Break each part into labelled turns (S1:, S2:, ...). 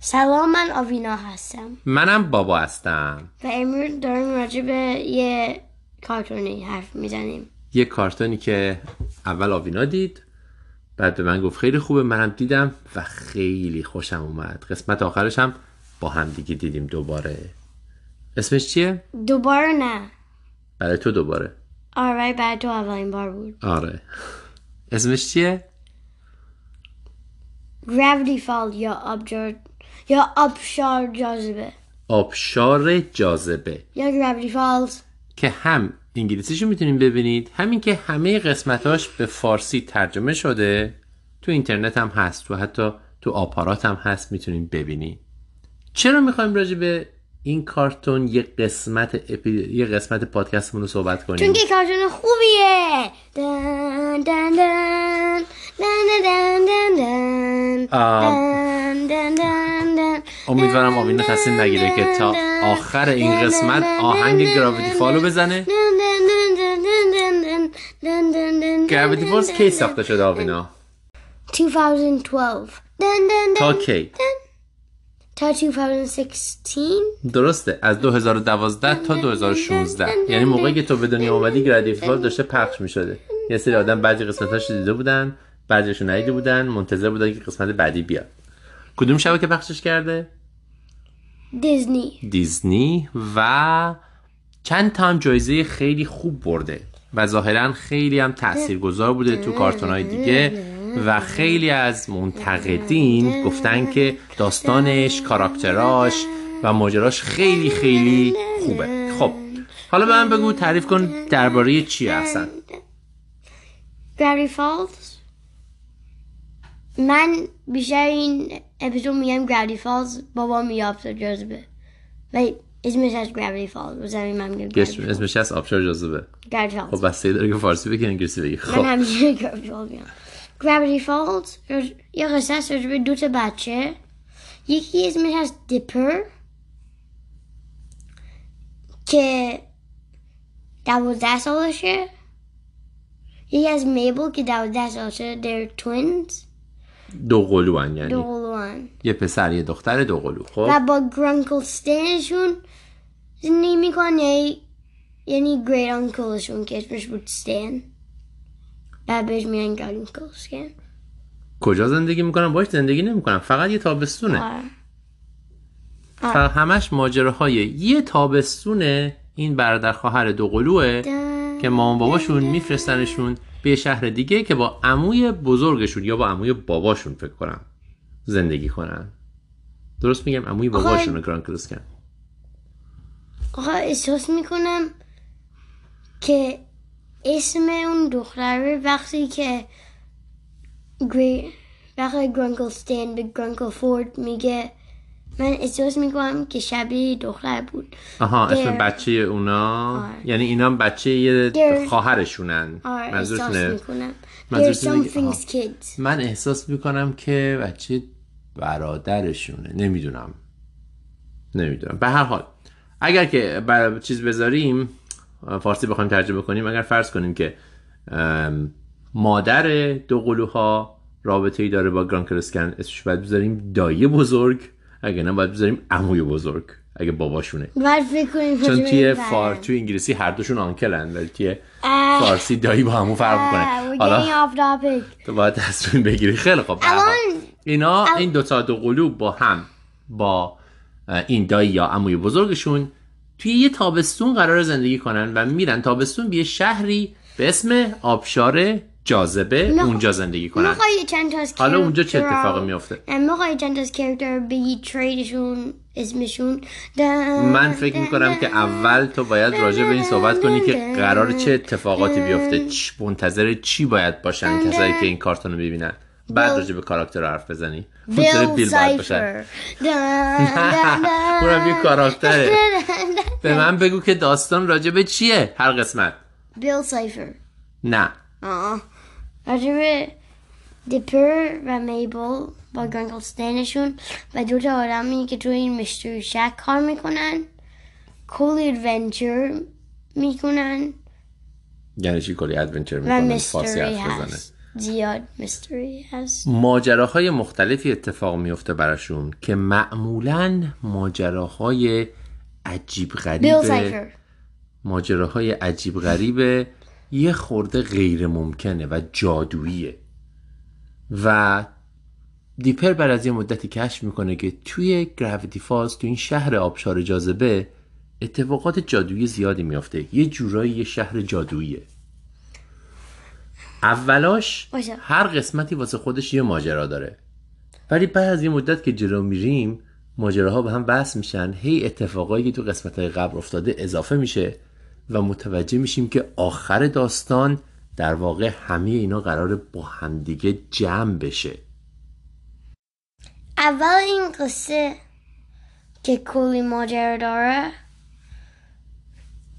S1: سلام من آوینا هستم
S2: منم بابا هستم
S1: و امروز داریم راجع به یه کارتونی حرف میزنیم
S2: یه کارتونی که اول آوینا دید بعد به من گفت خیلی خوبه منم دیدم و خیلی خوشم اومد قسمت آخرش هم با هم دیگه دیدیم دوباره اسمش چیه؟
S1: دوباره نه
S2: برای تو دوباره
S1: آره بعد تو اولین بار بود
S2: آره اسمش چیه؟
S1: Gravity Fall یا آبجار یا آبشار جاذبه
S2: آبشار جاذبه
S1: یا Gravity Falls
S2: که هم انگلیسیشو میتونیم ببینید همین که همه قسمتاش به فارسی ترجمه شده تو اینترنت هم هست و حتی تو آپارات هم هست میتونیم ببینید چرا میخوایم راجع به این کارتون یه قسمت اپی... یه قسمت پادکستمون رو صحبت کنیم
S1: چون که کارتون خوبیه دن دن دن دن دن دن دن دن دن دن دن
S2: امیدوارم آبینا تصمیم نگیره که تا آخر این قسمت آهنگ گراویتی فالو بزنه گراویتی فالز کی ساخته شده آبینا
S1: 2012 دن دن
S2: تا
S1: دن
S2: کی
S1: تا 2016
S2: درسته از 2012 تا 2016 یعنی موقعی که تو به دنیا اومدی گرادیف فال داشته پخش میشده یه سری آدم بعضی قسمتاش دیده بودن بعضیشو ندیده بودن منتظر بودن که قسمت بعدی بیاد کدوم شبکه پخشش کرده
S1: دیزنی
S2: دیزنی و چند تا هم جایزه خیلی خوب برده و ظاهرا خیلی هم تاثیرگذار بوده تو کارتونای دیگه و خیلی از منتقدین گفتن که داستانش، کاراکتراش و ماجراش خیلی خیلی خوبه. خب حالا به من بگو تعریف کن درباره چی هستن.
S1: گراری فالز من بیشتر این اپیزود میگم گراری فالز بابا میابس جذبه و اسمش از گراری فالز و زمین من میگم
S2: اسم- اسمش از آبشار جاذبه.
S1: گراری فالز
S2: خب بسته داره که فارسی بگی انگلیسی بگی.
S1: من
S2: خب
S1: همیشه گرافی فال میام گرافیتی فالز راج- یه قصه است راجع به دو تا بچه یکی اسمش از دیپر که دوازده سالشه یکی از میبل که دوازده سالشه they're twins
S2: دو قلوان
S1: they're
S2: یعنی
S1: all one
S2: یه پسر یه دختر دو قلو. خب
S1: و با گرانکل ستنشون زندگی میکنن یعنی- یعنی گریت انکلشون که اسمش بود ستن بعد بهش میگن گرانکل ستن
S2: کجا زندگی میکنم باش زندگی نمیکنم فقط یه تابستونه
S1: آره.
S2: فقط همش ماجراهای یه تابستونه این برادر خواهر دو قلوه که مامان باباشون میفرستنشون به یه شهر دیگه که با عموی بزرگشون یا با عموی باباشون فکر کنم زندگی کنن درست میگم عموی باباشون رو گران کن
S1: آقا احساس میکنم که اسم اون دختره وقتی که گری وقتی گرانکل ستین به گرانکل فورد میگه من احساس میکنم که شبیه دختر بود
S2: آها اسم
S1: They're-
S2: بچه اونا یعنی اینا هم بچه یه
S1: They're-
S2: خواهرشونن
S1: آره احساس
S2: منظورتونه
S1: میکنم There's some
S2: منظورتونه دیگه- آها.
S1: things kids
S2: من احساس میکنم که بچه برادرشونه نمیدونم نمیدونم به هر حال اگر که بر چیز بذاریم فارسی بخوایم ترجمه کنیم اگر فرض کنیم که ام، مادر دو قلوها رابطه ای داره با گران کرسکن اسمش باید بذاریم دایه بزرگ اگه نه باید بذاریم عموی بزرگ اگه باباشونه
S1: باید فکر کنیم
S2: چون
S1: راجع به
S2: توی
S1: این
S2: فار
S1: برم.
S2: توی انگلیسی هر دوشون آنکلن ولی توی
S1: اه.
S2: فارسی دایی با همون فرق
S1: آه،
S2: میکنه
S1: we're
S2: حالا
S1: getting off topic.
S2: تو باید تصمیم بگیری خیلی خب به هر حال.
S1: الان-
S2: اینا این دوتا دو قلوب با هم با اه، این دایی یا عموی بزرگشون توی یه تابستون قرار زندگی کنن و میرن تابستون به یه شهری به اسم آبشار جاذبه
S1: نه.
S2: اونجا زندگی کنن
S1: میخوای چند تا از
S2: حالا اونجا چه
S1: character رو-
S2: اتفاقی میافته
S1: میخوای چند تا از کرکتر بگی تریدشون اسمشون دن-
S2: من فکر میکنم
S1: دن-
S2: که اول تو باید راجع به این صحبت کنی که قرار چه اتفاقاتی بیفته چ- منتظر چی باید باشن کسایی که این کارتون رو ببینن بعد راجع به کاراکتر حرف بزنی منتظر
S1: بیل
S2: بیل باید باشن
S1: سایفر دن- دن- دن-
S2: اونم یه کاراکتره
S1: دن- دن-
S2: به من بگو که داستان راجع به چیه هر قسمت
S1: بیل سایفر
S2: نه
S1: آه. راجب دیپر و میبل با گرانکل ستینشون و دو تا آدمی که توی این مشتری شک کار میکنن کلی ادونچر میکنن
S2: یعنی چی کلی ادونچر
S1: و
S2: میکنن فارسی
S1: مستری
S2: حرف بزنه
S1: هست زیاد مستری هست
S2: ماجراهای مختلفی اتفاق میفته براشون که معمولا ماجراهای عجیب
S1: بیل
S2: غریبه
S1: سایفر
S2: ماجراهای عجیب غریبه یه خورده غیر ممکنه و جادوییه و دیپر بعد از یه مدتی کشف میکنه که توی گراویتی فالز تو این شهر آبشار جاذبه اتفاقات جادویی زیادی میافته یه جورایی یه شهر جادوییه اولاش
S1: باشه.
S2: هر قسمتی واسه خودش یه ماجرا داره ولی بعد از یه مدت که جلو میریم ماجراها به هم بس میشن هی اتفاقایی که تو قسمت قبل افتاده اضافه میشه و متوجه میشیم که آخر داستان در واقع همه اینا قراره با همدیگه جمع بشه
S1: اول این قصه که کلی ماجرا داره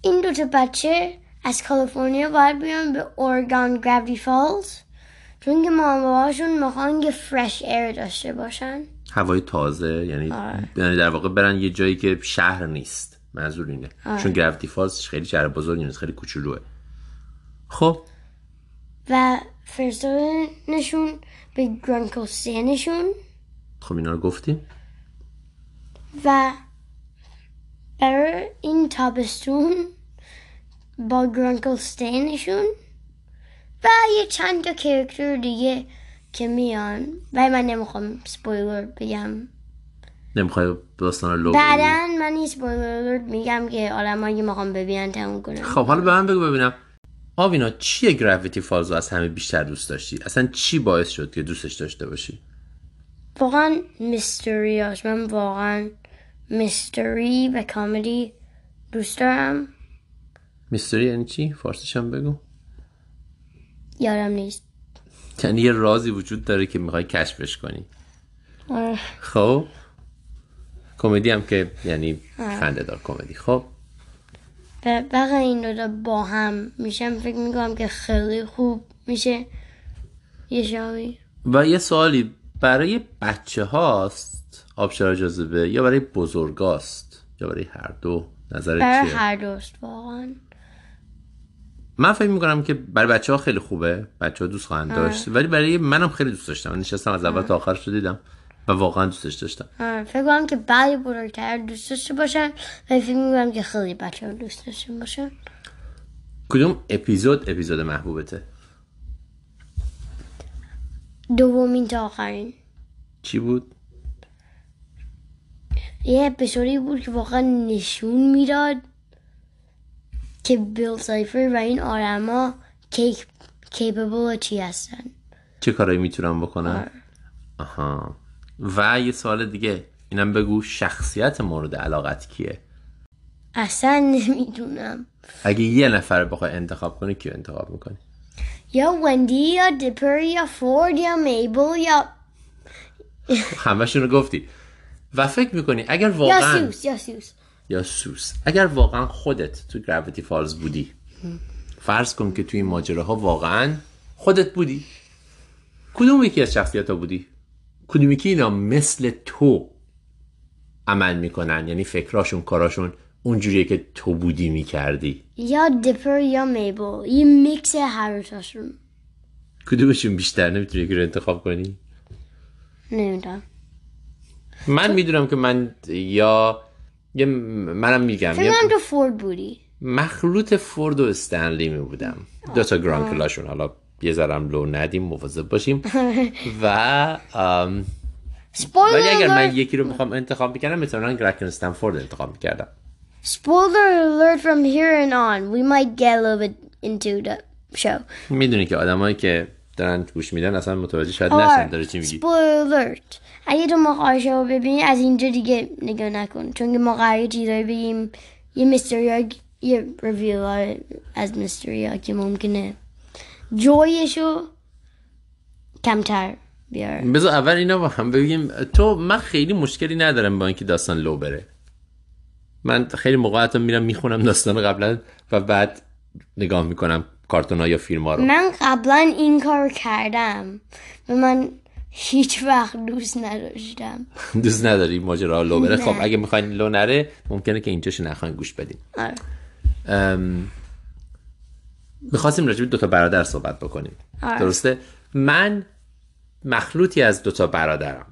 S1: این دوتا بچه از کالیفرنیا باید بیان به اورگان گرابی فالز چون که مامان باباشون میخوان که فرش ایر داشته باشن
S2: هوای تازه یعنی یعنی در واقع برن یه جایی که شهر نیست منظور اینه چون گرافتی فالز خیلی شهر بزرگی نیست خیلی کوچولوه خب
S1: و فرستادنشون به گرانکوستینشون
S2: خب اینا رو گفتیم
S1: و برای این تابستون با گرانکلستینشون و یه چند تا کرکتر دیگه که میان و من نمیخوام سپویلر بگم
S2: نمیخوای داستان رو لو بدی؟
S1: بعدا من یه سپویلر میگم که آدم که میخوام ببینن تموم کنم
S2: خب حالا به من بگو ببینم آوینا چیه گرافیتی فالز رو از همه بیشتر دوست داشتی اصلا چی باعث شد که دوستش داشته باشی
S1: واقعا میستری هست من واقعا میستری و کامدی دوست دارم
S2: میستری یعنی چی فارسیش هم بگو
S1: یادم نیست
S2: یعنی یه رازی وجود داره که میخوای کشفش کنی
S1: آره.
S2: خب کمدی هم که یعنی خنده دار کمدی خب
S1: و وقتی این دوتا با هم میشم فکر میکنم که خیلی خوب میشه یه شاوی
S2: و یه سوالی برای بچه هاست آبشار جاذبه یا برای بزرگاست یا برای هر دو نظر
S1: برای
S2: چیه
S1: هر دوست واقعا
S2: من فکر میکنم که برای بچه ها خیلی خوبه بچه ها دوست خواهند داشت ولی برای منم خیلی دوست داشتم من نشستم از اول تا آخرش رو دیدم و واقعا دوستش داشتم
S1: آره، فکر کنم که بعضی بزرگتر دوست داشته باشن و فکر میکنم که خیلی بچه ها دوست داشته باشن
S2: کدوم اپیزود اپیزود محبوبته
S1: دومین تا آخرین
S2: چی بود
S1: یه اپیزودی بود که واقعا نشون میداد که بیل سایفر و این آرما کیک کیپبل چی هستن
S2: چه کارایی میتونم
S1: آره.
S2: بکنم آها و یه سوال دیگه اینم بگو شخصیت مورد علاقت کیه
S1: اصلا نمیدونم
S2: اگه یه نفر بخوای انتخاب کنی کیو انتخاب میکنی
S1: یا وندی یا دیپر یا فورد یا میبل یا
S2: همشون رو گفتی و فکر میکنی اگر
S1: یا
S2: واقعا
S1: سیوس یا سیوس
S2: یا سوس اگر واقعا خودت تو گراویتی فالز بودی فرض کن که توی این ماجراها واقعا خودت بودی کدوم یکی از شخصیت ها بودی کدوم یکی اینا مثل تو عمل میکنن یعنی فکراشون کاراشون اونجوریه که تو بودی میکردی
S1: یا دیپر یا میبل یه میکس هر تاشون
S2: کدومشون بیشتر نمیتونی یکی رو انتخاب کنی
S1: نمیدونم
S2: من میدونم که من یا یه منم میگم یه
S1: من تو فورد بودی
S2: مخلوط فورد و استنلی می بودم دو تا گران کلاشون حالا یه ذرم لو ندیم مواظب باشیم و ام، ولی
S1: سپویلر
S2: اگر من
S1: alert
S2: یکی رو میخوام انتخاب میکردم مثلا گرکن استنفورد انتخاب میکردم
S1: spoiler alert from here and on we might get a little bit into the show
S2: میدونی که آدمایی که دارن گوش میدن اصلا متوجه شاید
S1: آره،
S2: نشن داره چی میگی
S1: spoiler alert اگه تو ما قرار شو ببینی از اینجا دیگه نگاه نکن چون که ما قرار چیزایی بگیم یه مستری ها یه ریویل ها از مستری ها که ممکنه جویشو کمتر بیاره
S2: بذار اول اینا با هم بگیم تو من خیلی مشکلی ندارم با اینکه داستان لو بره من خیلی موقع حتی میرم میخونم داستان قبلا و بعد نگاه میکنم کارتون ها یا فیلم ها رو
S1: من قبلا این کار کردم و من هیچ وقت دوست نداشتم
S2: دوست نداری ماجرا لو بره
S1: نه.
S2: خب اگه میخواین لو نره ممکنه که اینجاشو نخواین گوش بدین
S1: آره. آره.
S2: میخواستیم راجع به دو تا برادر صحبت بکنیم درسته من مخلوطی از دوتا برادرم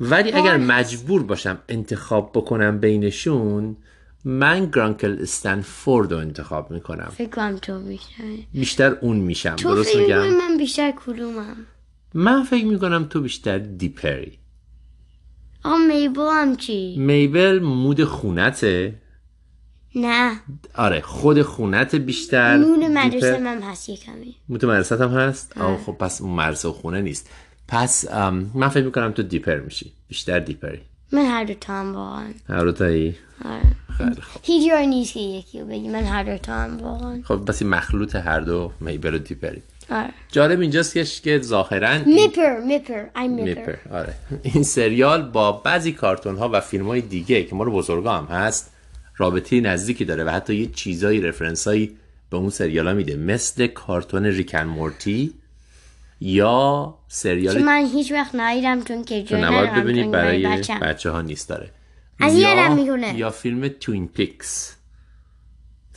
S2: ولی اگر مجبور باشم انتخاب بکنم بینشون من گرانکل استنفورد رو انتخاب میکنم
S1: فکر کنم تو بیشتر
S2: بیشتر اون میشم
S1: تو
S2: درست
S1: فکر
S2: میگم
S1: می‌کنی من بیشتر کدومم
S2: من فکر میکنم تو بیشتر دیپری
S1: آه میبل هم چی
S2: میبل مود خونته
S1: نه
S2: آره خود خونت بیشتر
S1: نون
S2: دیپر-
S1: مدرسه آره. من هست یه کمی
S2: مود مدرسه هم هست آه خب پس اون مدرسه و خونه نیست پس ام، من فکر میکنم تو دیپر میشی بیشتر دیپری
S1: من هر دو تا هم واقعا
S2: هر دو تایی
S1: آره.
S2: خیلی خب
S1: هیچ جایی نیست که یکی رو بگی من هر دو تا هم واقعا
S2: خب پس این مخلوط هر دو میبل و دیپری
S1: آره
S2: جالب اینجاست که- که ظاهرا
S1: میپر میپر آی میپر
S2: میپر آره این سریال با بعضی کارتون ها و فیلم های دیگه که ما رو بزرگا هم هست رابطه نزدیکی داره و حتی یه چیزایی رفرنس هایی به اون سریال ها میده مثل کارتون ریکن مورتی یا
S1: که
S2: سریال
S1: من هیچ وقت نایدم چون که جایی
S2: نوار
S1: ندارم
S2: ببینید
S1: چون برای
S2: برای
S1: بچم
S2: بچه ها نیست داره
S1: اذیتم می‌کنه.
S2: یا فیلم توین پیکس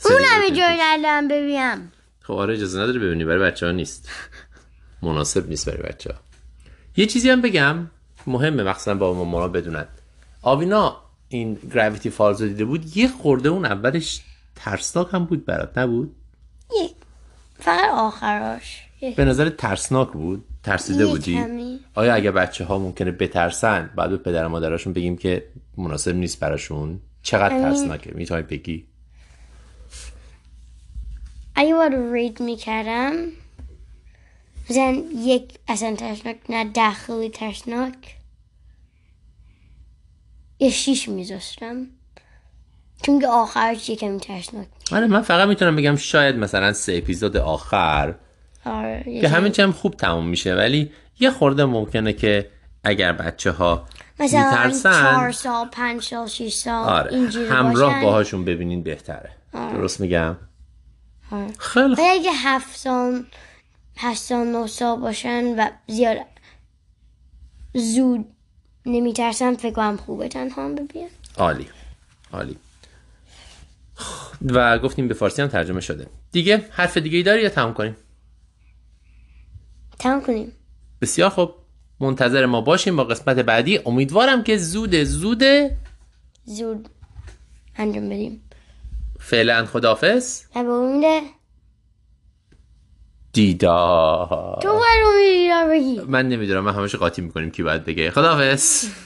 S1: اونم جایی ندارم ببینم
S2: خب آره اجازه نداره ببینی برای بچه ها نیست مناسب نیست برای بچه ها یه چیزی هم بگم مهمه مخصوصا با مامانا بدونن آوینا این گراویتی فالز رو دیده بود یه خورده اون اولش ترسناک هم بود برات نبود
S1: یک فقط آخراش یک
S2: به نظر ترسناک بود ترسیده
S1: یه
S2: بودی
S1: کمی.
S2: آیا اگه بچه ها ممکنه بترسن بعد به پدر و مادرشون بگیم که مناسب نیست براشون
S1: یعنی
S2: چقدر ترسناکه میتونی بگی
S1: اگه باید رید میکردم مثلا یک اصلا ترسناک نه داخلی ترسناک یه شیش میذاشتم چون که آخرش یه کمی ترسناک بود.
S2: آره من فقط میتونم بگم شاید مثلا سه اپیزود آخر
S1: آره یه
S2: که
S1: کمی-
S2: همین چم خوب تموم میشه ولی یه خورده ممکنه که اگر بچه ها
S1: مثلا چهار
S2: میترسن
S1: سال پنج سال شیش سال
S2: آره
S1: اینجوری
S2: همراه
S1: باشن.
S2: باهاشون ببینین بهتره درست میگم
S1: آره.
S2: خیلی خوب.
S1: ولی اگه هفت سال هشت سال نه سال باشن و زیاد زود نمیترسن فکر کنم خوبه تنها هم ببین
S2: عالی عالی خ- و گفتیم به فارسی هم ترجمه شده دیگه حرف دیگه ای داری یا تموم کنیم
S1: تمام کنیم
S2: بسیار خوب منتظر ما باشیم با قسمت بعدی امیدوارم که زود زود
S1: زود انجام بدیم
S2: فعلا خدافز
S1: و به امید
S2: دیدار
S1: تو باید امید را بگی
S2: من نمیدونم من همش قاطی میکنیم کی باید بگه خدافز